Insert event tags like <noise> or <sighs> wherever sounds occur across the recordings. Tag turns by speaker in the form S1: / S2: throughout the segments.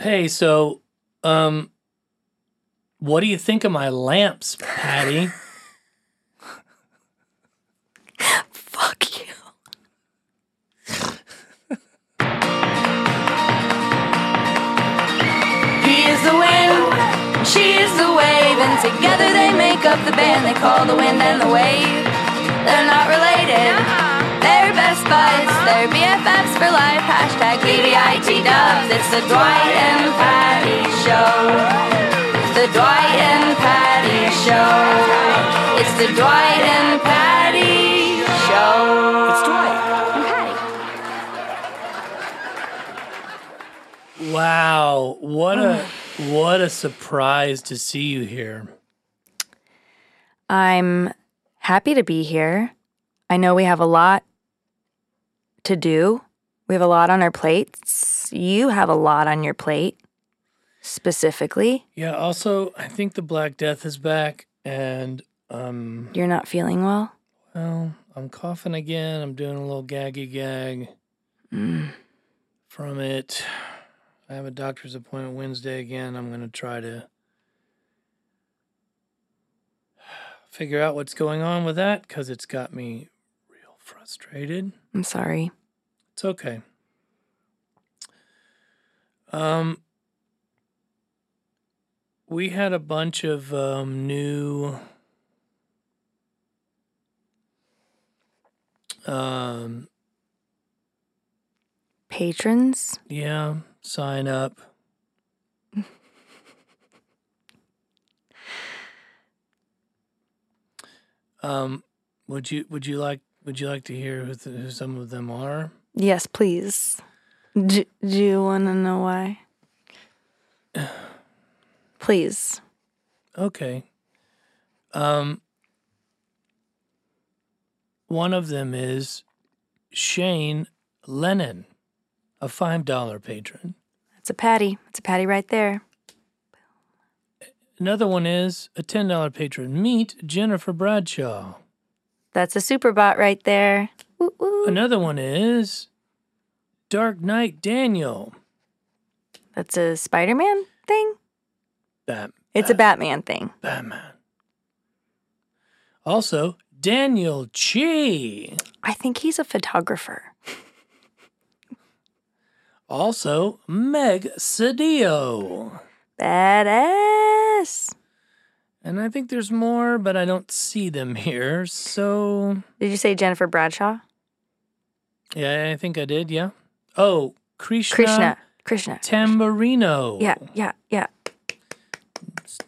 S1: Hey, so um what do you think of my lamps, Patty?
S2: Fuck you. he is the wind, she is the wave, and together they make up the band they call the wind and the wave. They're not related. They're best buds. They're BFFs for life. Hashtag DDIT dubs. It's the Dwight and Patty show. The Dwight and Patty show. It's the Dwight and Patty show. It's Dwight and Patty.
S1: wow, what a what a surprise to see you here.
S2: I'm happy to be here. I know we have a lot to do. We have a lot on our plates. You have a lot on your plate specifically.
S1: Yeah, also I think the Black Death is back and um
S2: You're not feeling well.
S1: well, I'm coughing again. I'm doing a little gaggy gag from it. I have a doctor's appointment Wednesday again. I'm going to try to figure out what's going on with that cuz it's got me real frustrated.
S2: I'm sorry.
S1: It's okay. Um, we had a bunch of um, new um
S2: Patrons?
S1: yeah sign up <laughs> um would you would you like would you like to hear who, th- who some of them are
S2: Yes, please. D- do you want to know why? <sighs> Please.
S1: Okay. Um, one of them is Shane Lennon, a five dollar patron.
S2: That's a patty. It's a patty right there.
S1: Another one is a ten dollar patron. Meet Jennifer Bradshaw.
S2: That's a superbot right there. Woo woo.
S1: Another one is Dark Knight Daniel.
S2: That's a Spider Man thing.
S1: Bat-
S2: It's a Batman thing.
S1: Batman. Also Daniel Chi.
S2: I think he's a photographer.
S1: Also Meg Sadio.
S2: Badass.
S1: And I think there's more, but I don't see them here. So,
S2: Did you say Jennifer Bradshaw?
S1: yeah, I think I did. Yeah. Oh, Krishna,
S2: Krishna. Krishna.
S1: Tamburino.
S2: Yeah, yeah, yeah.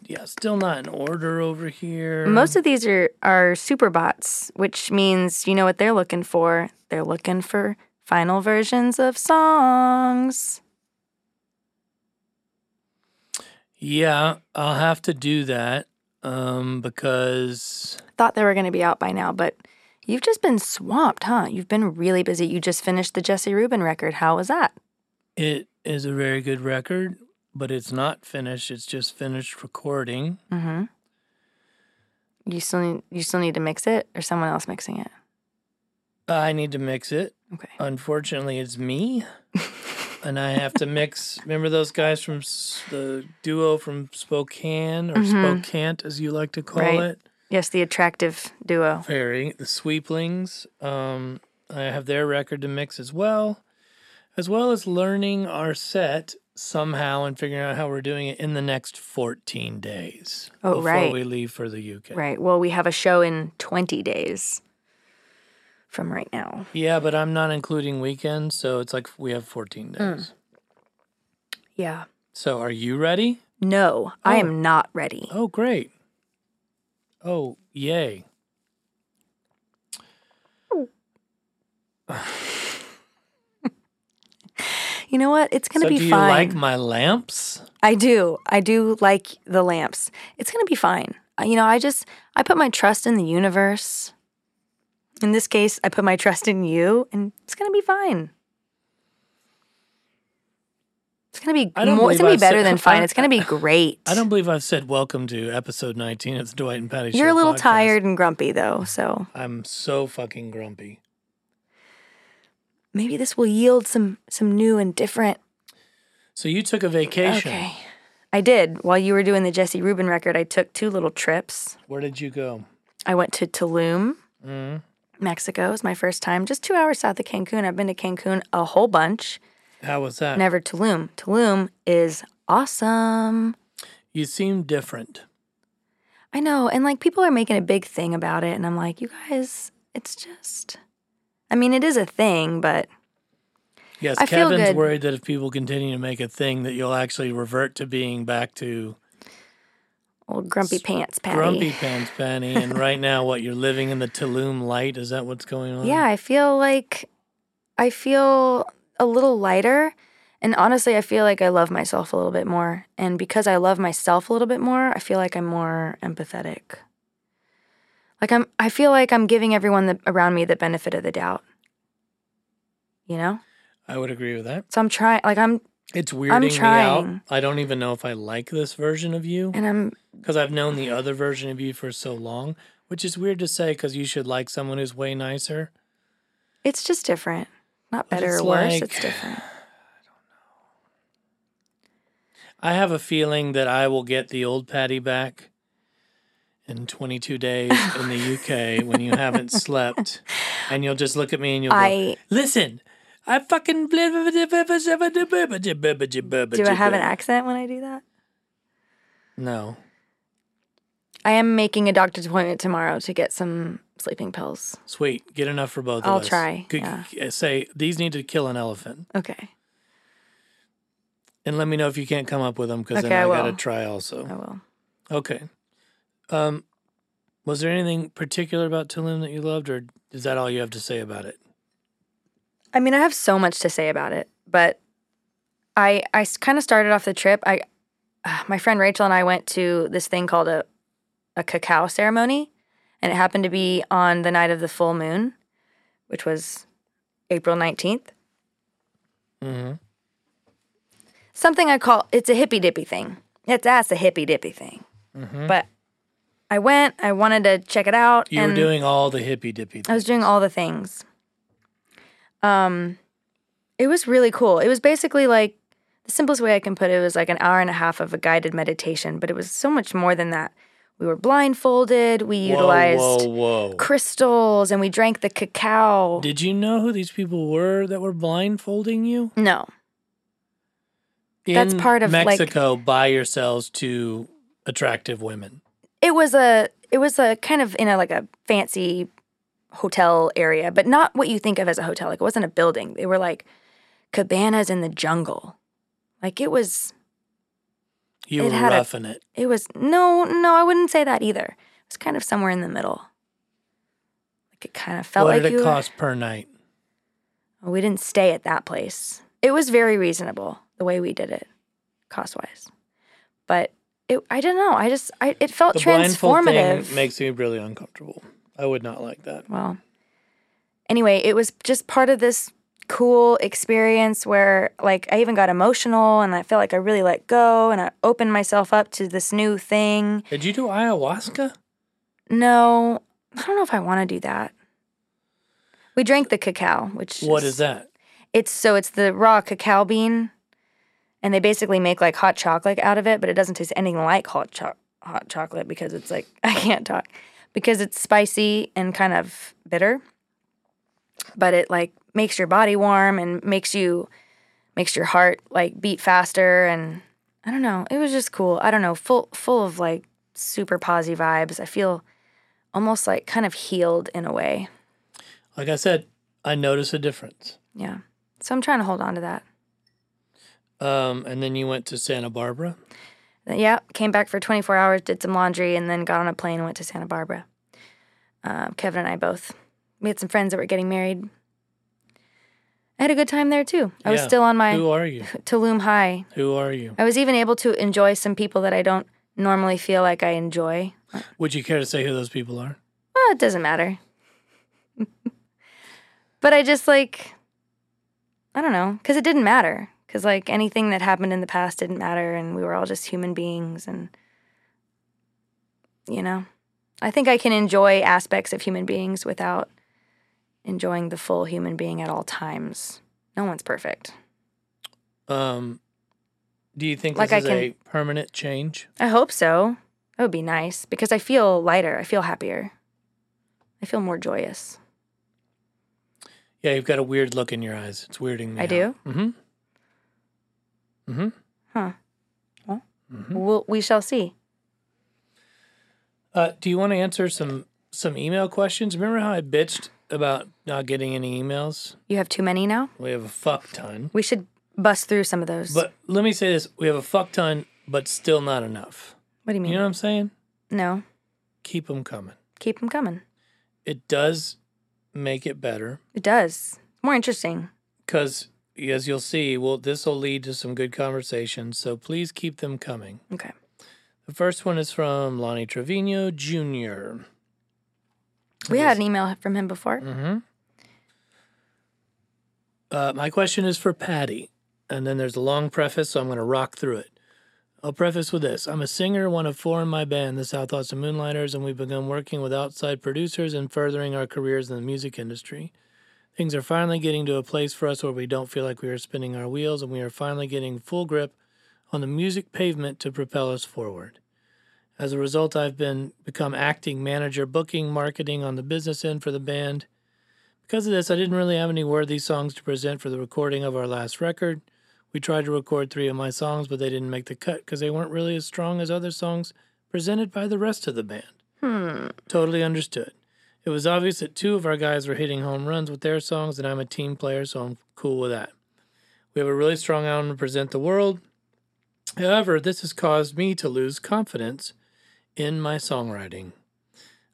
S1: Yeah, still not in order over here.
S2: Most of these are, are super bots, which means you know what they're looking for. They're looking for final versions of songs.
S1: yeah, I'll have to do that um, because
S2: Thought they were going to be out by now, but you've just been swamped, huh? You've been really busy. You just finished the Jesse Rubin record. How was that?
S1: it is a very good record, but it's not finished. It's just finished recording.
S2: Mm-hmm. You still need, you still need to mix it, or someone else mixing it.
S1: I need to mix it.
S2: Okay.
S1: Unfortunately, it's
S2: <laughs>
S1: me. and I have to mix. Remember those guys from S- the duo from Spokane or
S2: Mhm.
S1: Spokant, as you like to call
S2: Right.
S1: it?
S2: Yes, the attractive duo.
S1: Very. The Sweeplings. Um, I have their record to mix as well, as well as learning our set somehow and figuring out how we're doing it in the next 14 days
S2: Oh,
S1: before
S2: right.
S1: we leave for the UK.
S2: Right. Well, we have a show in 20 days from right now.
S1: Yeah, but I'm not including weekends, so it's like we have 14 days.
S2: Hmm. Yeah.
S1: So are you ready?
S2: No, I am not ready.
S1: Oh, great. Oh, yay.
S2: You know what? It's going
S1: so
S2: to
S1: do
S2: be
S1: you
S2: fine.
S1: like my lamps?
S2: I do. I do like the lamps. It's going to be fine. Uh, You know, I just I put my trust in the universe. In this case, I put my trust in you and it's going to be fine. It's going to be
S1: I don't
S2: more,
S1: believe
S2: it's going to
S1: I've
S2: be better
S1: said- <laughs>
S2: than fine. It's going to be great.
S1: I don't believe I've said welcome to episode 19 of the Dwight and Patty Show.
S2: You're a little
S1: podcast.
S2: tired and grumpy though, so
S1: I'm so fucking grumpy.
S2: maybe this will yield some some new and different
S1: So you took a vacation.
S2: Okay. I did. While you were doing the Jesse Rubin record, I took two little trips.
S1: Where did you go?
S2: I went to Tulum, Mexico. It was my first time, just two hours south of Cancun. I've been to Cancun a whole bunch,
S1: How was that?
S2: never Tulum. Tulum is awesome.
S1: You seem different.
S2: I know. And like people are making a big thing about it. And I'm like, you guys, it's just, I mean, it is a thing, but
S1: Yes,
S2: I feel
S1: Kevin's
S2: good.
S1: worried that if people continue to make a thing, that you'll actually revert to being back to
S2: old grumpy pants, Patty.
S1: grumpy pants, Penny. And right now, what you're living in the Tulum light? Is that what's going on?
S2: Yeah, I feel like I feel a little lighter. And honestly, I feel like I love myself a little bit more. And because I love myself a little bit more, I feel like I'm more empathetic. Like I'm I feel like I'm giving everyone the, around me the benefit of the doubt. You know?
S1: I would agree with that.
S2: So I'm trying like I'm
S1: It's weirding me out.
S2: trying.
S1: I don't even know if I like this version of you
S2: and I'm
S1: because I've known the other version of you for so long, which is weird to say because you should like someone who's way nicer.
S2: it's just different. Not
S1: But
S2: better
S1: it's
S2: or worse,
S1: like-
S2: it's different.
S1: I have a feeling that I will get the old Patty back in 22 days in
S2: <laughs>
S1: the UK when you haven't slept, and you'll just look at me and you'll go,
S2: I-
S1: "Listen, I fucking do
S2: Do
S1: I
S2: I have an accent when I do that?
S1: No,
S2: I am making a doctor's appointment tomorrow to get some sleeping pills.
S1: sweet, get enough for both
S2: I'll
S1: of us.
S2: try,
S1: Could- Say these need to kill an elephant,
S2: Okay.
S1: and let me know if you can't come up with them because
S2: Okay, I
S1: then I, gotta
S2: will.
S1: try also.
S2: I will.
S1: Okay. Um, was there anything particular about Tulum that you loved, or is that all you have to say about it?
S2: I mean, I have so much to say about it, but I I kind of started off the trip. I uh, my friend Rachel and I went to this thing called a a cacao ceremony, and it happened to be on the night of the full moon, which was April 19th.
S1: Mm-hmm.
S2: Something I call it's a hippy dippy thing. It's that's a hippy dippy thing. But I went. I wanted to check it out.
S1: Mm-hmm. You
S2: and
S1: were doing all the hippy dippy.
S2: I was doing all the things. Um, it was really cool. It was basically like the simplest way I can put it was like an hour and a half of a guided meditation, but it was so much more than that. We were blindfolded. We utilized
S1: Whoa, whoa, whoa!
S2: crystals, and we drank the cacao.
S1: Did you know who these people were that were blindfolding you?
S2: no,
S1: In
S2: That's part of, like-
S1: Mexico. by yourselves to attractive women.
S2: it was a it was a kind of in a like a fancy hotel area, but not what you think of as a hotel. Like it wasn't a building. They were like cabanas in the jungle. Like it was
S1: You
S2: It
S1: were
S2: had a-
S1: roughing it.
S2: It was no, no, I wouldn't say that either. It was kind of somewhere in the middle. Like it kind of felt
S1: what
S2: like
S1: did
S2: you
S1: it
S2: were- Oh,
S1: cost per night?
S2: we didn't stay at that place. It was very reasonable the way we did it, cost wise. But it, I don't know. I just, I, it felt
S1: The blindfold
S2: transformative.
S1: thing makes me really uncomfortable. I would not like that.
S2: well, anyway, it was just part of this cool experience where, like, I even got emotional and I felt like I really let go and I opened myself up to this new thing.
S1: Did you do ayahuasca?
S2: No, I don't know if I want to do that. We drank the cacao, which
S1: What is that?
S2: It's so it's the raw cacao bean, and they basically make like hot chocolate out of it, but it doesn't taste anything like hot cho- hot chocolate because it's like <laughs> I can't talk because it's spicy and kind of bitter, but it like makes your body warm and makes you makes your heart like beat faster and I don't know. It was just cool. I don't know, full full of like super posy vibes. I feel almost like kind of healed in a way.
S1: Like I said, I notice a difference.
S2: Yeah. So I'm trying to hold on to that.
S1: Um, and then you went to Santa Barbara.
S2: Yeah, came back for 24 hours, did some laundry, and then got on a plane and went to Santa Barbara. Uh, Kevin and I both. We had some friends that were getting married. I had a good time there too. I was
S1: Yeah.
S2: still on my
S1: Who are
S2: <laughs>
S1: you?
S2: Tulum high.
S1: Who are you?
S2: I was even able to enjoy some people that I don't normally feel like I enjoy.
S1: Would you care to say who those people are?
S2: Well, it doesn't matter. but I just like, I don't know, because it didn't matter. Because like anything that happened in the past didn't matter, and we were all just human beings, and you know, I think I can enjoy aspects of human beings without enjoying the full human being at all times. No one's perfect.
S1: Um, Do you think
S2: Like
S1: this
S2: I
S1: is a permanent change?
S2: I hope so. That would be nice because I feel lighter. I feel happier. I feel more joyous.
S1: Yeah, you've got a weird look in your eyes. It's weirding me.
S2: I do?
S1: Mm-hmm.
S2: Huh. Well,
S1: Mm-hmm.
S2: we'll we shall see.
S1: Uh, do you want to answer some some email questions? Remember how I bitched about not getting any emails?
S2: You have too many now.
S1: We have a fuck ton.
S2: We should bust through some of those.
S1: But let me say this: we have a fuck ton, but still not enough.
S2: what do you mean?
S1: You know what I'm saying?
S2: no,
S1: Keep them coming.
S2: keep them coming.
S1: It does make it better
S2: It does. It's more interesting.
S1: because, as you'll see, well, this will lead to some good conversations. So please keep them coming.
S2: Okay.
S1: The first one is from Lonnie Trevino Jr.
S2: We had an email from him before.
S1: Mm. Uh, my question is for Patty. And then there's a long preface, so I'm going to rock through it. I'll preface with this I'm a singer, one of four in my band, the South Austin Moonlighters, and we've begun working with outside producers and furthering our careers in the music industry. Things are finally getting to a place for us where we don't feel like we are spinning our wheels, and we are finally getting full grip on the music pavement to propel us forward. As a result, I've been become acting manager, booking, marketing on the business end for the band. Because of this, I didn't really have any worthy songs to present for the recording of our last record. We tried to record three of my songs, but they didn't make the cut because they weren't really as strong as other songs presented by the rest of the band.
S2: Hmm.
S1: Totally understood. It was obvious that two of our guys were hitting home runs with their songs, and I'm a team player, so I'm cool with that. We have a really strong album to present the world. However, this has caused me to lose confidence in my songwriting.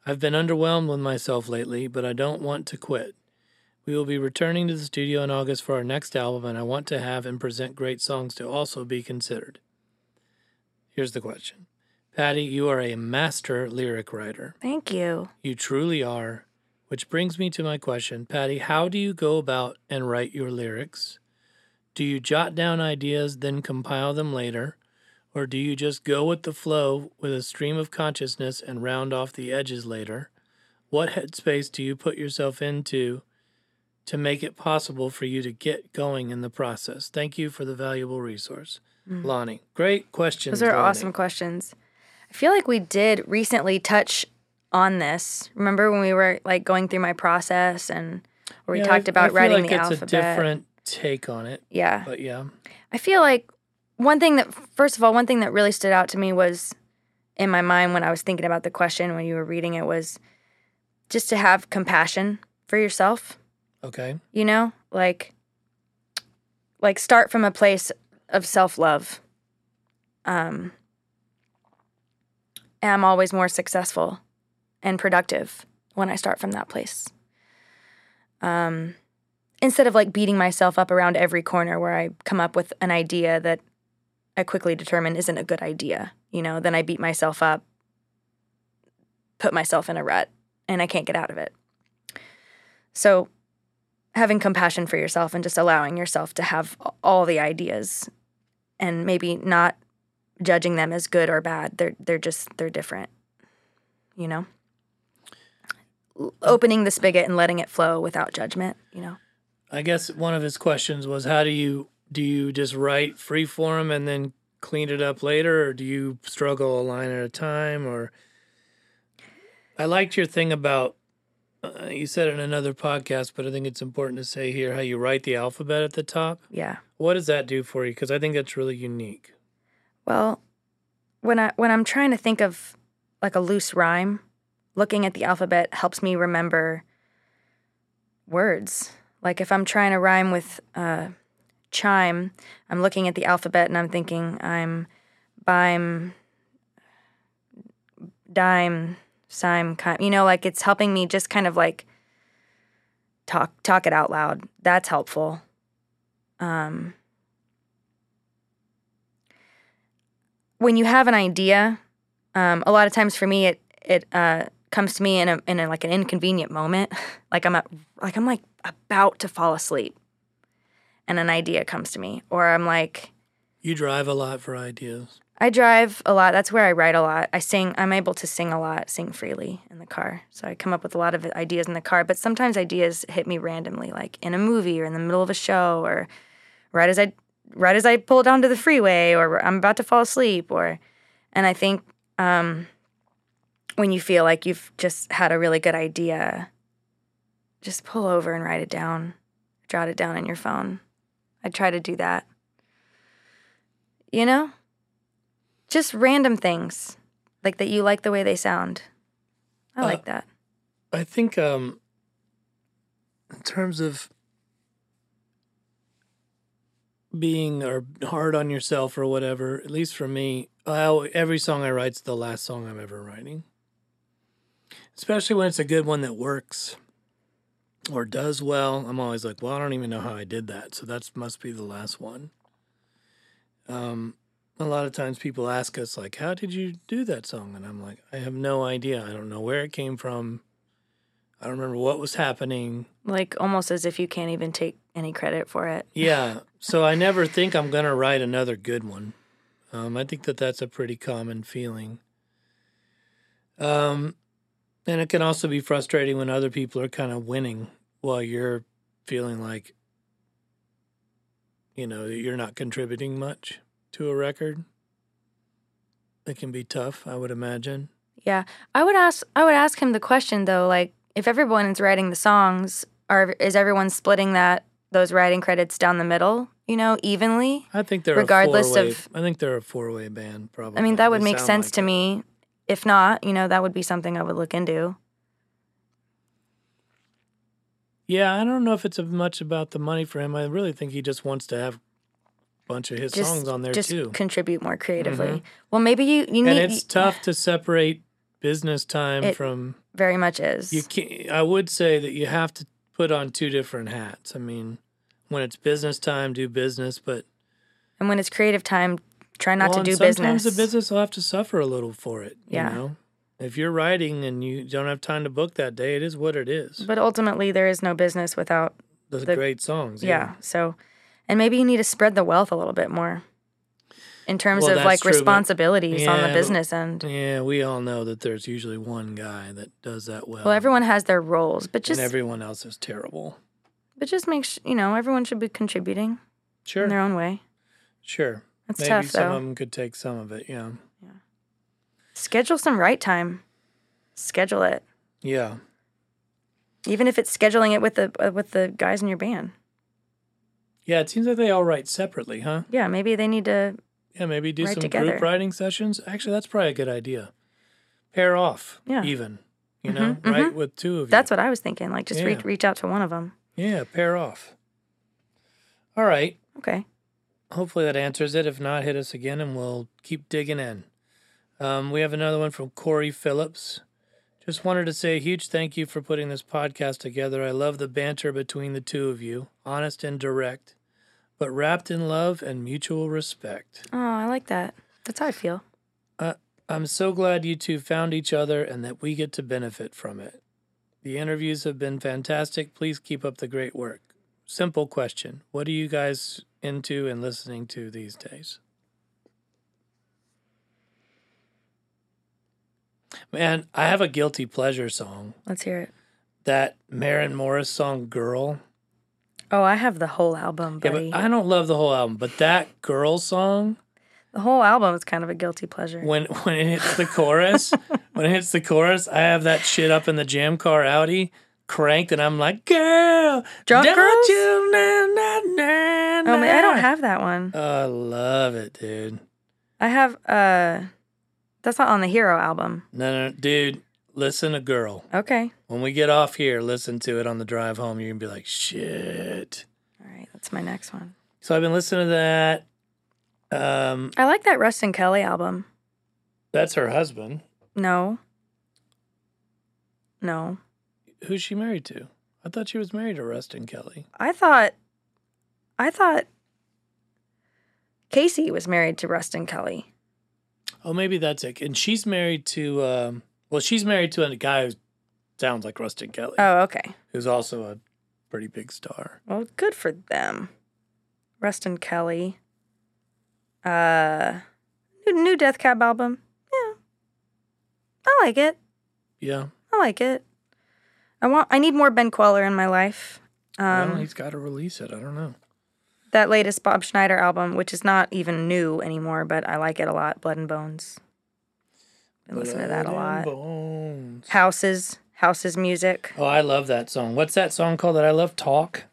S1: I've been underwhelmed with myself lately, but I don't want to quit. We will be returning to the studio in August for our next album, and I want to have and present great songs to also be considered. Here's the question Patty, you are a master lyric writer.
S2: Thank you.
S1: You truly are. Which brings me to my question Patty, how do you go about and write your lyrics? Do you jot down ideas, then compile them later? Or do you just go with the flow with a stream of consciousness and round off the edges later? What headspace do you put yourself into to make it possible for you to get going in the process? Thank you for the valuable resource. Lonnie, great question.
S2: Mm. Those are awesome questions. I feel like we did recently touch on this. Remember when we were like going through my process and where we
S1: Yeah, I-
S2: talked about
S1: I feel
S2: writing
S1: like
S2: the
S1: it's
S2: alphabet?
S1: a different take on it,
S2: yeah.
S1: but yeah.
S2: I feel like one thing that, first of all, one thing that really stood out to me was in my mind when I was thinking about the question when you were reading it was just to have compassion for yourself,
S1: Okay.
S2: you know? Like, like start from a place of self love. Um, and I'm always more successful and productive when I start from that place. Um, instead of like beating myself up around every corner where I come up with an idea that I quickly determine isn't a good idea, you know, then I beat myself up, put myself in a rut, and I can't get out of it. So, having compassion for yourself and just allowing yourself to have all the ideas and maybe not judging them as good or bad. They're they're just they're different. You know? L- Opening the spigot and letting it flow without judgment, you know.
S1: I guess one of his questions was how do you do you just write free form and then clean it up later or do you struggle a line at a time or I liked your thing about uh, you said it in another podcast but I think it's important to say here how you write the alphabet at the top.
S2: Yeah.
S1: What does that do for you cuz I think that's really unique.
S2: Well, when I when I'm trying to think of like a loose rhyme, looking at the alphabet helps me remember words. Like if I'm trying to rhyme with uh, chime, I'm looking at the alphabet and I'm thinking I'm bime, dime, sime, chime. You know, like it's helping me just kind of like talk talk it out loud. That's helpful. Um, when you have an idea, um, a lot of times for me, it it uh, comes to me in a in a, like an inconvenient moment, <laughs> like I'm a, like I'm like about to fall asleep, and an idea comes to me, or I'm like
S1: You drive a lot for ideas.
S2: I drive a lot. That's where I write a lot. I sing. I'm able to sing a lot, sing freely in the car. So I come up with a lot of ideas in the car. But sometimes ideas hit me randomly, like in a movie or in the middle of a show or right as I right as I pull down to the freeway or I'm about to fall asleep or and I think um when you feel like you've just had a really good idea just pull over and write it down jot it down in your phone I try to do that you know just random things like that you like the way they sound I
S1: Uh,
S2: like that
S1: I think um in terms of being or hard on yourself or whatever, at least for me, I, al- every song I write's the last song I'm ever writing. Especially when it's a good one that works or does well. I'm always like, well, I don't even know how I did that. So that must be the last one. Um a lot of times people ask us like, "How did you do that song?" and I'm like, "I have no idea. I don't know where it came from. I don't remember what was happening.
S2: like almost as if you can't even take any credit for it
S1: Yeah. So I never think I'm going to write another good one. Um, I think that that's a pretty common feeling. Um, and it can also be frustrating when other people are kind of winning while you're feeling like, you know, that you're not contributing much to a record. It can be tough, I would imagine.
S2: Yeah, I would ask. I would ask him the question though, like if everyone is writing the songs, are is everyone splitting that those writing credits down the middle? You know, evenly.
S1: I think they're
S2: Regardless
S1: a four-way,
S2: of-
S1: I think they're a four-way band, probably.
S2: I mean, that would
S1: They
S2: make
S1: sound
S2: sense
S1: like
S2: to
S1: it.
S2: me. If not, you know, that would be something I would look into.
S1: Yeah, I don't know if it's a- much about the money for him. I really think he just wants to have a bunch of his
S2: Just
S1: songs on there
S2: just
S1: too. Mm-hmm.
S2: contribute more creatively. Well, maybe you you
S1: And
S2: need
S1: it's tough to separate business time
S2: It-
S1: from
S2: very much is.
S1: you can I would say that you have to put on two different hats. I mean, when it's business time, do business, but
S2: and when it's creative time, try not
S1: Well,
S2: to do
S1: and
S2: business.
S1: Sometimes the business will have to suffer a little for it.
S2: Yeah.
S1: You know? If you're writing and you don't have time to book that day, it is what it is.
S2: But ultimately, there is no business without
S1: Those
S2: the-
S1: great songs.
S2: Yeah. So, and maybe you need to spread the wealth a little bit more in terms
S1: Well,
S2: of
S1: that's
S2: like
S1: true, but-
S2: responsibilities on
S1: Yeah,
S2: the
S1: but-
S2: business end.
S1: Yeah, we all know that there's usually one guy that does that well.
S2: Well, everyone has their roles, but just
S1: and everyone else is terrible.
S2: but just make sure you know everyone should be contributing
S1: Sure,
S2: in their own way.
S1: sure.
S2: That's
S1: Maybe
S2: tough
S1: some
S2: though.
S1: of them could take some of it. Yeah,
S2: Schedule some right time. Schedule it,
S1: yeah.
S2: even if it's scheduling it with the uh, with the guys in your band.
S1: Yeah, it seems like they all write separately, huh?
S2: Yeah, maybe they need to.
S1: Yeah, maybe do
S2: Write
S1: some
S2: together.
S1: group writing sessions. Actually, that's probably a good idea. Pair off,
S2: Yeah.
S1: even, you
S2: Mhm,
S1: know,
S2: mhm.
S1: right with two of you.
S2: That's what I was thinking. Like just
S1: Yeah.
S2: reach reach out to one of them.
S1: yeah, pair off. All right.
S2: Okay.
S1: Hopefully that answers it. If not, hit us again, and we'll keep digging in. Um, we have another one from Corey Phillips. Just wanted to say a huge thank you for putting this podcast together. I love the banter between the two of you, honest and direct, but wrapped in love and mutual respect.
S2: Oh, I like that. That's how I feel.
S1: I'm so glad you two found each other and that we get to benefit from it. The interviews have been fantastic. Please keep up the great work. Simple question What are you guys into and listening to these days? Man, I have a guilty pleasure song.
S2: Let's hear it.
S1: That Maren Morris song, Girl.
S2: Oh, I have the whole album,
S1: Yeah,
S2: buddy.
S1: but I don't love the whole album, but that Girl song.
S2: The whole album is kind of a guilty pleasure.
S1: when when it hits the
S2: <laughs>
S1: chorus, when it hits the chorus, I have that shit up in the jam car Audi cranked, and I'm like, girl,
S2: Drunk
S1: don't
S2: girls?
S1: you na, na, na,
S2: oh man, I don't
S1: na." Oh,
S2: have that one.
S1: I love it, dude.
S2: I have uh that's not on the Hero album.
S1: No, no, dude. Listen to girl.
S2: Okay.
S1: When we get off here, listen to it on the drive home. You're gonna be like, shit.
S2: All right, that's my next one.
S1: So I've been listening to that. Um,
S2: I like that Rustin Kelly album.
S1: that's her husband.
S2: No. No.
S1: Who's she married to? I thought she was married to Rustin Kelly.
S2: I thought I thought Casey was married to Rustin Kelly.
S1: Oh, maybe that's it. And she's married to, um, well, she's married to a guy who sounds like Rustin Kelly,
S2: Oh, okay.
S1: who's also a pretty big star.
S2: Well, good for them. Rustin Kelly. Uh new, new Death Cab album. Yeah. I like it.
S1: Yeah.
S2: I like it. I want. I need more Ben Queller in my life. Um,
S1: well, he's got to release it. I don't know.
S2: that latest Bob Schneider album, which is not even new anymore, but I like it a lot. Blood and Bones. Been listening to that a
S1: Blood and
S2: lot.
S1: Bones.
S2: Houses, Houses music.
S1: Oh, I love that song. What's that song called that I love? Talk.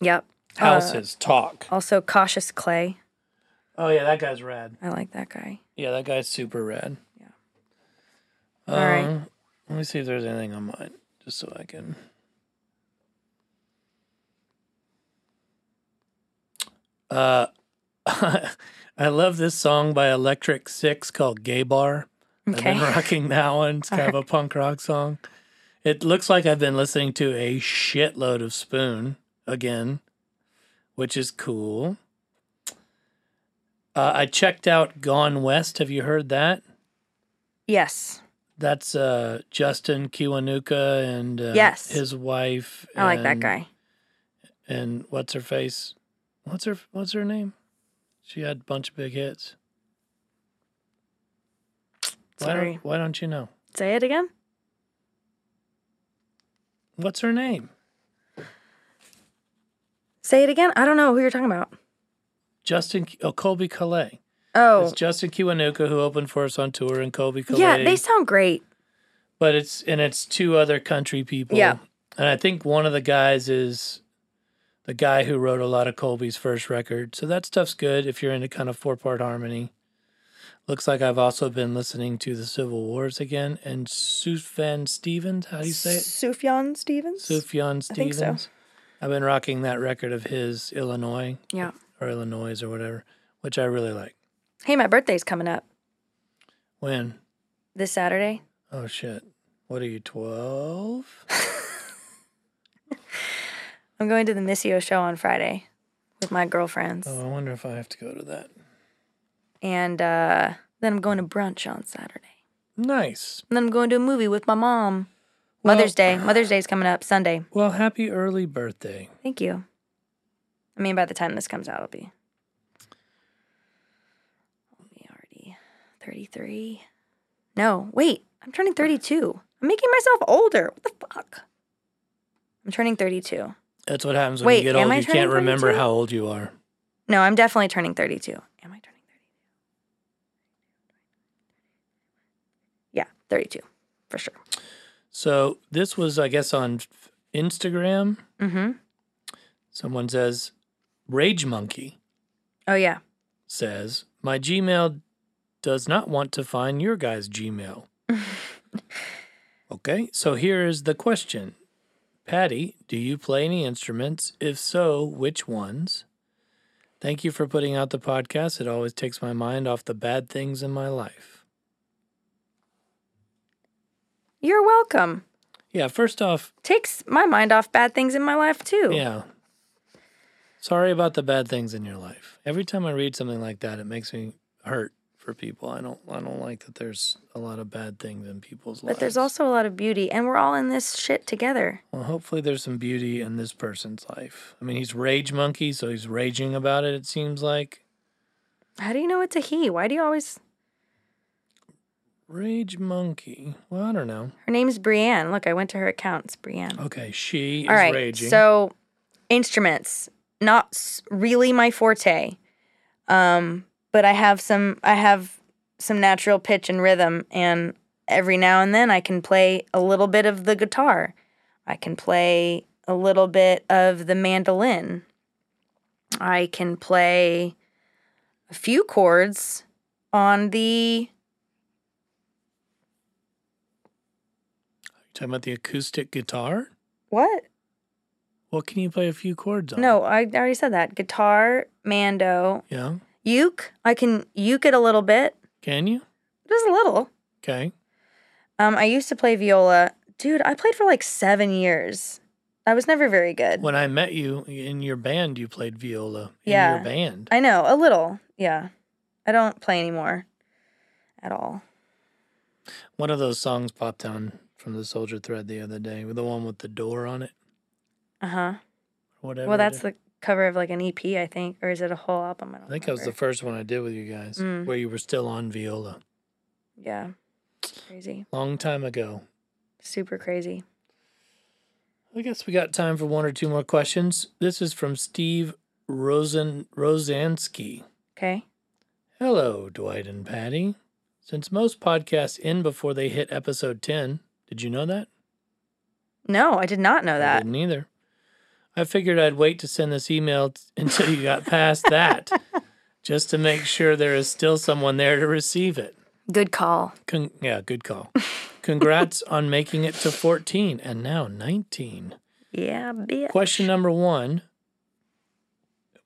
S2: Yep. Uh, oh.
S1: Houses. Talk.
S2: also, Cautious Clay.
S1: Oh yeah, that guy's rad.
S2: I like that guy.
S1: Yeah, that guy's super rad. Yeah.
S2: All right.
S1: Let me see if there's anything on mine, just so I can. Uh, <laughs> I love this song by Electric Six called "Gay Bar." I've
S2: Okay.
S1: been rocking that one. It's kind
S2: <laughs>
S1: of a punk rock song. It looks like I've been listening to a shitload of Spoon again, which is cool. Uh, I checked out Gone West. Have you heard that?
S2: Yes.
S1: That's uh, Justin Kiwanuka and uh,
S2: Yes.
S1: his wife.
S2: I like that
S1: and-
S2: guy.
S1: And what's her face? What's her What's her name? She had a bunch of big hits. Why don't-
S2: Sorry.
S1: why don't you know?
S2: Say it again.
S1: What's her name?
S2: Say it again. I don't know who you're talking about.
S1: Justin oh, Colby Calais.
S2: Oh,
S1: It's Justin Kiwanuka who opened for us on tour, and Colby Calais.
S2: yeah. They sound great.
S1: but it's and it's two other country people.
S2: Yeah.
S1: and I think one of the guys is the guy who wrote a lot of Colby's first record. So that stuff's good if you're into kind of four part harmony. Looks like I've also been listening to the Civil Wars again and Sufjan Stevens. How do you say it?
S2: Sufjan Stevens.
S1: Sufjan Stevens.
S2: I think so.
S1: I've been rocking that record of his Illinois
S2: yeah.
S1: or Illinois or whatever, which I really like.
S2: Hey, my birthday's coming up
S1: When
S2: this Saturday.
S1: Oh shit. What are you, 12?
S2: I'm going to the Missio show on Friday with my girlfriends,
S1: Oh, I wonder if I have to go to that.
S2: and uh, then I'm going to brunch on Saturday.
S1: Nice.
S2: And then I'm going to a movie with my mom.
S1: Well- <sighs>
S2: Mother's Day. Mother's Day's coming up Sunday.
S1: Well, happy early birthday.
S2: Thank you. I mean, by the time this comes out, it'll be. I'll be already 33. No, wait. I'm turning 32. I'm making myself older. What the fuck? I'm turning 32.
S1: That's what happens when
S2: Wait,
S1: you get
S2: am
S1: old.
S2: I
S1: You can't
S2: turning
S1: remember
S2: 32?
S1: how old you are.
S2: No, I'm definitely turning 32. Am I turning 32? Yeah, 32 for sure.
S1: So, this was, I guess, on f- Instagram.
S2: Mm-hmm.
S1: Someone says, Rage Monkey
S2: Oh, yeah.
S1: says, My Gmail does not want to find your guy's Gmail.
S2: <laughs>
S1: okay, so here is the question Patty, do you play any instruments? If so, which ones? Thank you for putting out the podcast. It always takes my mind off the bad things in my life.
S2: You're welcome.
S1: Yeah, first off,
S2: Takes my mind off bad things in my life, too.
S1: yeah. Sorry about the bad things in your life. Every time I read something like that, it makes me hurt for people. I don't I don't like that there's a lot of bad things in people's lives.
S2: But there's also a lot of beauty, and we're all in this shit together.
S1: Well, hopefully there's some beauty in this person's life. I mean, he's rage monkey, so he's raging about it. It seems like
S2: How do you know it's a he? Why do you always.
S1: rage monkey. Well, I don't know.
S2: Her name's Brienne. Look, I went to her account. It's Brienne.
S1: Okay, she is
S2: All right.
S1: raging.
S2: So, instruments, not s- really my forte. Um, but I have some I have some natural pitch and rhythm and every now and then I can play a little bit of the guitar. I can play a little bit of the mandolin. I can play a few chords on the
S1: talking about the acoustic guitar.
S2: what?
S1: What can you play a few chords on?
S2: No, I already said that. Guitar, mando,
S1: Yeah.
S2: uke. I can uke it a little bit.
S1: Can you?
S2: Just a little.
S1: Okay.
S2: Um, I used to play viola. Dude, I played for like seven years. I was never very good.
S1: When I met you in your band, you played viola in
S2: Yeah.
S1: your band.
S2: I know, a little. Yeah. I don't play anymore at all.
S1: One of those songs popped on from the Soldier Thread the other day, with the one with the door on it,
S2: Uh huh.
S1: whatever.
S2: Well,
S1: it
S2: that's
S1: is.
S2: the cover of like an EP, I think. Or is it a whole album? I, don't
S1: I think that was the
S2: remember.
S1: first one I did with you guys,
S2: Mm.
S1: where you were still on viola.
S2: Yeah. Crazy.
S1: Long time ago.
S2: Super crazy.
S1: I guess we got time for one or two more questions. This is from Steve Rosen Rosansky.
S2: Okay.
S1: Hello, Dwight and Patty. Since most podcasts end before they hit episode 10, did you know that?
S2: No, I did not know
S1: I
S2: that.
S1: didn't either. I figured I'd wait to send this email t- <laughs> until you got past
S2: <laughs>
S1: that, just to make sure there is still someone there to receive it.
S2: Good call.
S1: Con- yeah, good
S2: <laughs>
S1: call. Congrats on making it to 14 and now 19.
S2: Yeah, bitch.
S1: Question number one.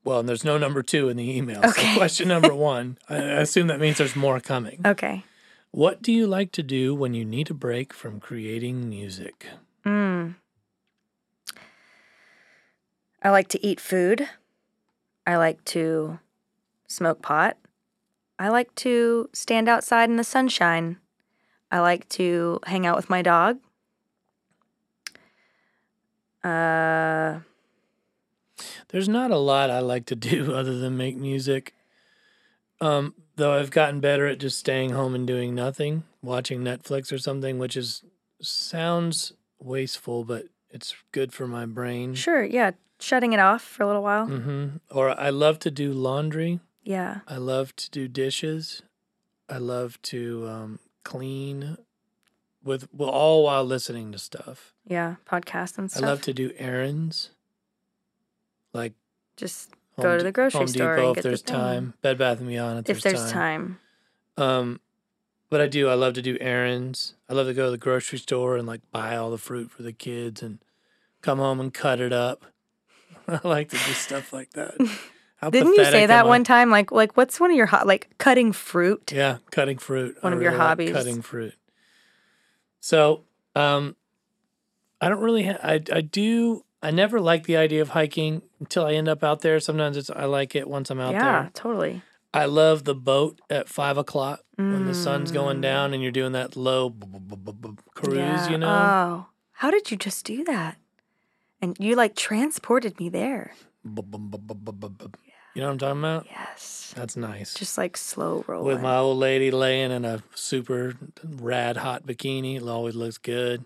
S1: Well, and there's no number two in the email.
S2: Okay. Uh,
S1: So question
S2: <laughs>
S1: number one. I I assume that means there's more coming.
S2: Okay.
S1: What do you like to do when you need a break from creating music?
S2: Mm. I like to eat food. I like to smoke pot. I like to stand outside in the sunshine. I like to hang out with my dog. Uh,
S1: There's not a lot I like to <laughs> do other than make music. Um, though I've gotten better at just staying home and doing nothing, watching Netflix or something, which is sounds wasteful, but it's good for my brain.
S2: sure, yeah, shutting it off for a little while.
S1: Mm-hmm. Or I love to do laundry.
S2: Yeah.
S1: I love to do dishes. I love to um, clean with well, all while listening to stuff.
S2: Yeah, podcast and stuff.
S1: I love to do errands, like
S2: just Go to
S1: De-
S2: the grocery
S1: Home
S2: store
S1: Depot
S2: and
S1: if
S2: get the
S1: there's
S2: thing.
S1: time. Bed Bath and Beyond if,
S2: if there's time.
S1: Um, but I do. I love to do errands. I love to go to the grocery store and like buy all the fruit for the kids and come home and cut it up. <laughs> I like to do stuff like
S2: <laughs>
S1: that. How
S2: Didn't you say
S1: pathetic
S2: that
S1: am I?
S2: one time? Like, like what's one of your hot like cutting fruit?
S1: Yeah, cutting fruit. I
S2: One of your
S1: really like
S2: hobbies.
S1: cutting fruit. So, um, I don't really. Ha- I I do. I never like the idea of hiking until I end up out there. Sometimes it's I like it once I'm out
S2: yeah,
S1: there.
S2: totally.
S1: I love the boat at five o'clock when the sun's going down and you're doing that low b- b- b- b- b- cruise.
S2: Mm. Yeah.
S1: You know,
S2: Oh, how did you just do that? And you like transported me there.
S1: B- b- b- b- b- b- b- you know what I'm talking about?
S2: Yes.
S1: That's nice.
S2: Just like slow rolling.
S1: Uh, With my old lady laying in a super rad hot bikini, it always looks good.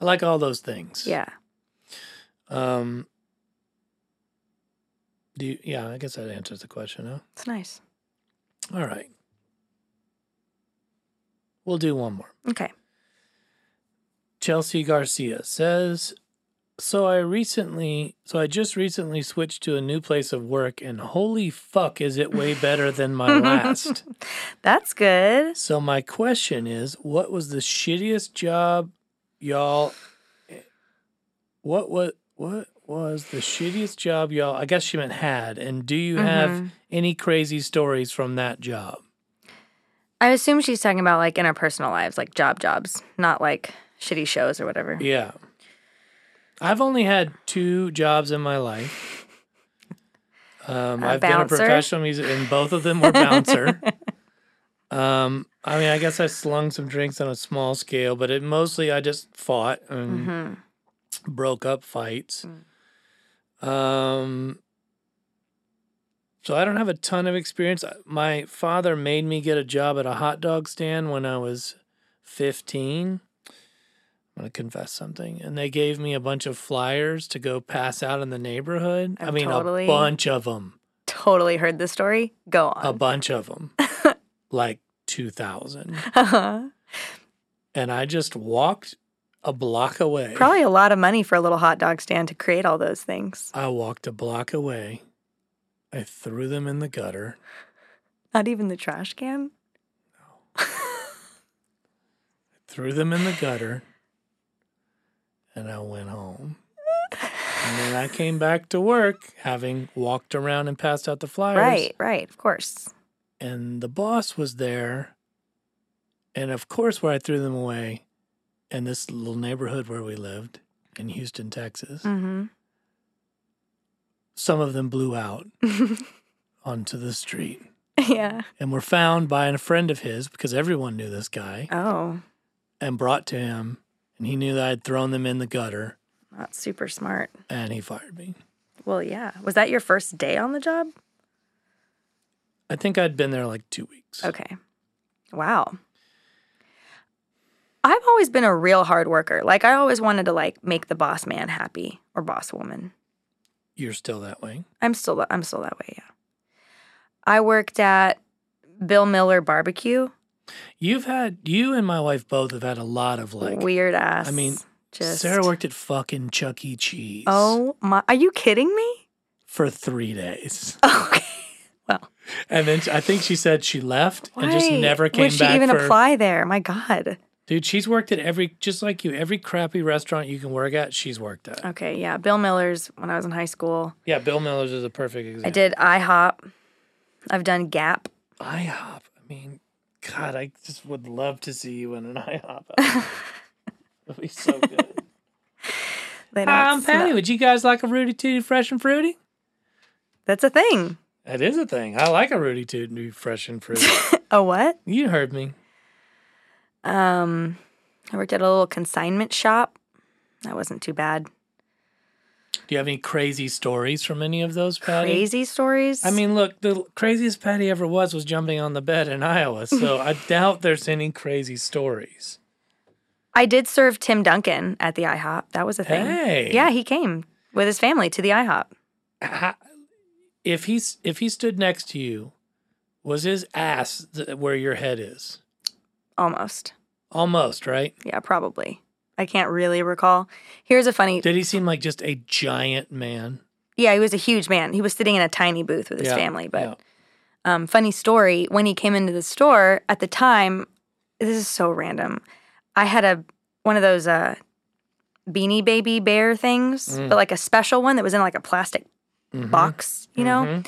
S1: I like all those things.
S2: yeah.
S1: Um. Do you, yeah, I guess that answers the question. Huh?
S2: It's nice.
S1: All right. We'll do one more.
S2: Okay.
S1: Chelsea Garcia says, "So I recently, so I just recently switched to a new place of work, and holy fuck, is it way better than my last."
S2: That's good.
S1: So my question is, what was the shittiest job y'all eh, what was what was the shittiest job y'all I guess she meant had and do you have any crazy stories from that job?
S2: I assume she's talking about like in our personal lives, like job jobs, not like shitty shows or whatever.
S1: Yeah. I've only had two jobs in my life. Um,
S2: A
S1: I've
S2: bouncer?
S1: been a professional music, and both of them were bouncer. <laughs> um, I mean, I guess I slung some drinks on a small scale, but it mostly I just fought
S2: Mm-hmm.
S1: and broke up fights.
S2: Mm.
S1: Um, so I don't have a ton of experience. My father made me get a job at a hot dog stand when I was 15. I'm going to confess something. And they gave me a bunch of flyers to go pass out in the neighborhood. i
S2: I've
S1: mean,
S2: Oh, totally-
S1: a bunch of them.
S2: Totally heard this story. Go
S1: A
S2: on.
S1: bunch of them.
S2: <laughs>
S1: like 2,000. And I just walked a block away.
S2: Probably a lot of money for a little hot dog stand to create all those things.
S1: I walked a block away. I threw them in the gutter.
S2: Not even the trash can.
S1: threw them in the gutter, and I went home. And then I came back to work, having walked around and passed out the flyers.
S2: Right, right, of course.
S1: And the boss was there. And of course, where I threw them away, in this little neighborhood where we lived in Houston, Texas,
S2: Mm-hmm. <laughs>
S1: some of them blew out onto the street
S2: yeah.
S1: and were found by a friend of his because everyone knew this guy
S2: Oh,
S1: and brought to him. And he knew that I had thrown them in the gutter
S2: not super smart.
S1: and he fired me.
S2: Well, yeah. Was that your first day on the job?
S1: I think I'd been there like two weeks.
S2: Okay. Wow. I've always been a real hard worker. Like I always wanted to like make the boss man happy or boss woman.
S1: you're still that way.
S2: I'm still tha- I'm still that way, yeah. I worked at Bill Miller Barbecue.
S1: You've had you and my wife both have had a lot of like.
S2: Weird ass.
S1: I mean,
S2: just
S1: Sarah worked at fucking Chuck E. Cheese.
S2: Oh my Are you kidding me? <laughs>
S1: for three days,
S2: Okay.
S1: and then I think she said she left and just
S2: Why
S1: never came
S2: Would she
S1: back.
S2: even
S1: for,
S2: apply there? My god.
S1: Dude, she's worked at every just like you, every crappy restaurant you can work at. She's worked at.
S2: Okay, yeah. Bill Miller's when I was in high school.
S1: Yeah, Bill Miller's is a perfect example.
S2: I did IHOP. I've done Gap.
S1: IHOP. I mean, God, I just would love to see you in an <laughs>
S2: <laughs>
S1: IHOP. outfit. That'd be so <laughs> good.
S2: They don't
S1: Hi, I'm
S2: smell-
S1: Patty. Would you guys like a Rudy Tooty Fresh and Fruity?
S2: That's a thing.
S1: That is a thing. I like a Rudy Tooty Fresh and
S2: <laughs>
S1: Fruity.
S2: A what?
S1: you heard me.
S2: Um, I worked at a little consignment shop. That wasn't too bad.
S1: Do you have any crazy stories from any of those, Patty?
S2: Crazy stories.
S1: Oh, I mean, look, the craziest Patty ever was was jumping on the bed in Iowa, so I doubt there's any crazy stories.
S2: I did serve Tim Duncan at the IHOP. That was a thing.
S1: Hey.
S2: Yeah, he came with his family to the IHOP.
S1: Ha- If he's if he stood next to you, was his ass th- where your head is?
S2: Almost.
S1: Almost, right?
S2: Yeah, probably. I can't really recall. Here's a funny.
S1: Did he seem like just a giant man?
S2: yeah, he was a huge man. He was sitting in a tiny booth with his
S1: Yeah,
S2: family, but
S1: yeah.
S2: Um, funny story when he came into the store at the time, this is so random. I had a one of those uh, beanie baby bear things, but like a special one that was in like a plastic
S1: Mm-hmm.
S2: box, you know?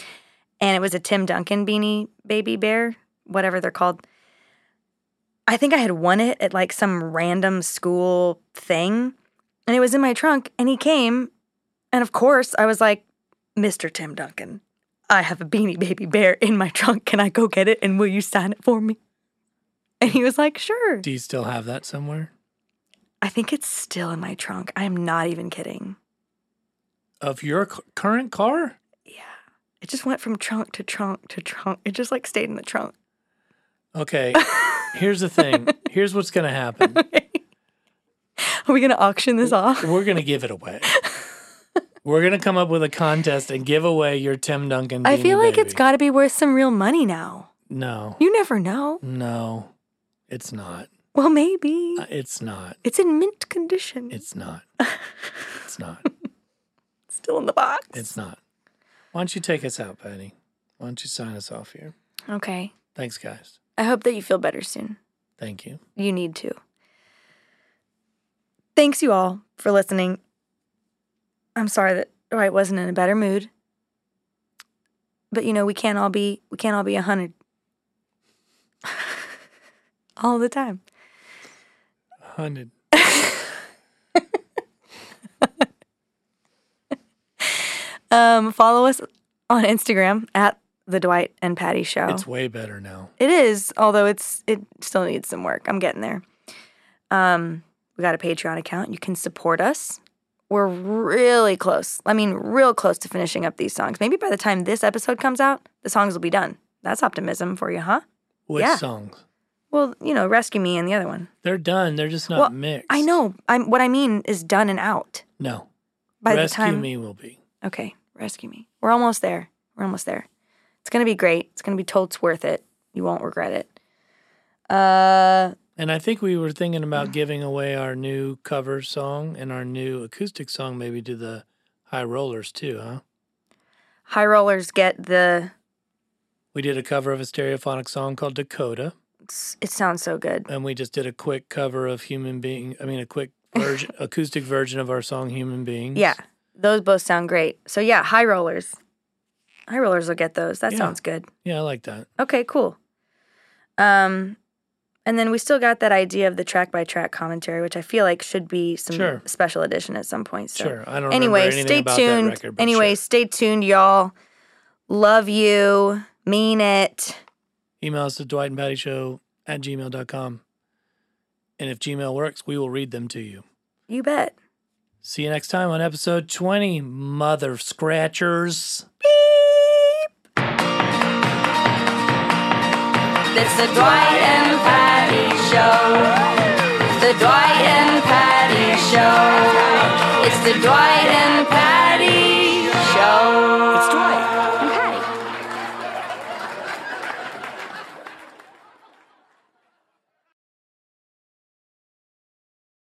S2: And it was a Tim Duncan beanie baby bear, whatever they're called. I think I had won it at like some random school thing, and it was in my trunk. And he came, and of course, I was like, Mr. Tim Duncan. I have a beanie baby bear in my trunk. Can I go get it? And will you sign it for me? And he was like, Sure.
S1: Do you still have that somewhere
S2: I think it's still in my trunk. I am not even kidding.
S1: of your c- current car?
S2: It just went from trunk to trunk to trunk. It just like stayed in the trunk.
S1: Okay. Here's the
S2: <laughs>
S1: thing. Here's what's gonna happen.
S2: Are we going to auction this off?
S1: We're gonna give it away. We're gonna come up with a contest and give away your Tim Duncan.
S2: I feel
S1: Beanie
S2: like it's
S1: Baby.
S2: got to be worth some real money now.
S1: no,
S2: You never know.
S1: no, it's not.
S2: Well, maybe.
S1: Uh, It's not.
S2: It's in mint condition. It's
S1: It's not. It's not.
S2: still in the box.
S1: It's not. Why don't you take us out, Patty? Why don't you sign us off here?
S2: Okay.
S1: Thanks, guys.
S2: I hope that you feel better soon.
S1: Thank you.
S2: you need to. Thanks, you all, for listening. I'm sorry that or I wasn't in a better mood. But you know, we can't all be we can't all be a hundred <laughs> all the time.
S1: Hundred.
S2: Um, follow us on Instagram at the Dwight and Patty Show.
S1: It's way better now.
S2: It is, although it's it still needs some work. I'm getting there. Um, we got a Patreon account. You can support us. We're really close. I mean, real close to finishing up these songs. Maybe by the time this episode comes out, the songs will be done. That's optimism for you, huh?
S1: Which
S2: Yeah.
S1: songs?
S2: Well, you know, Rescue Me and the other one.
S1: They're done. They're just not
S2: well,
S1: mixed.
S2: I know. I'm what I mean is done and out
S1: No.
S2: by
S1: Rescue
S2: the time.
S1: Me will be.
S2: Okay, Rescue Me. We're almost there. We're almost there. It's gonna be great. It's gonna be told. It's worth it. You won't regret it. Uh.
S1: And I think we were thinking about giving away our new cover song and our new acoustic song maybe to the High Rollers too, huh?
S2: high rollers get the
S1: We did a cover of a stereophonic song called Dakota,
S2: it sounds so good
S1: and we just did a quick cover of Human Being. I mean, a quick
S2: <laughs>
S1: version, acoustic version of our song Human Beings.
S2: yeah those both sound great so yeah high rollers high rollers will get those that
S1: Yeah.
S2: sounds good
S1: Yeah, I like that.
S2: okay cool um and then we still got that idea of the track by track commentary which i feel like should be some
S1: Sure.
S2: special edition at some point so
S1: Sure. I don't remember
S2: anyway
S1: anything
S2: stay
S1: about
S2: tuned
S1: that record. but
S2: anyway stay tuned y'all love you mean it
S1: sure. email us at Dwight and Patty Show at gmail.com. And if Gmail works, we will read them to you.
S2: you bet
S1: See you next time on episode 20, Mother Scratchers.
S3: It's the Dwight and Patty Show. It's the Dwight and Patty Show. It's the Dwight and Patty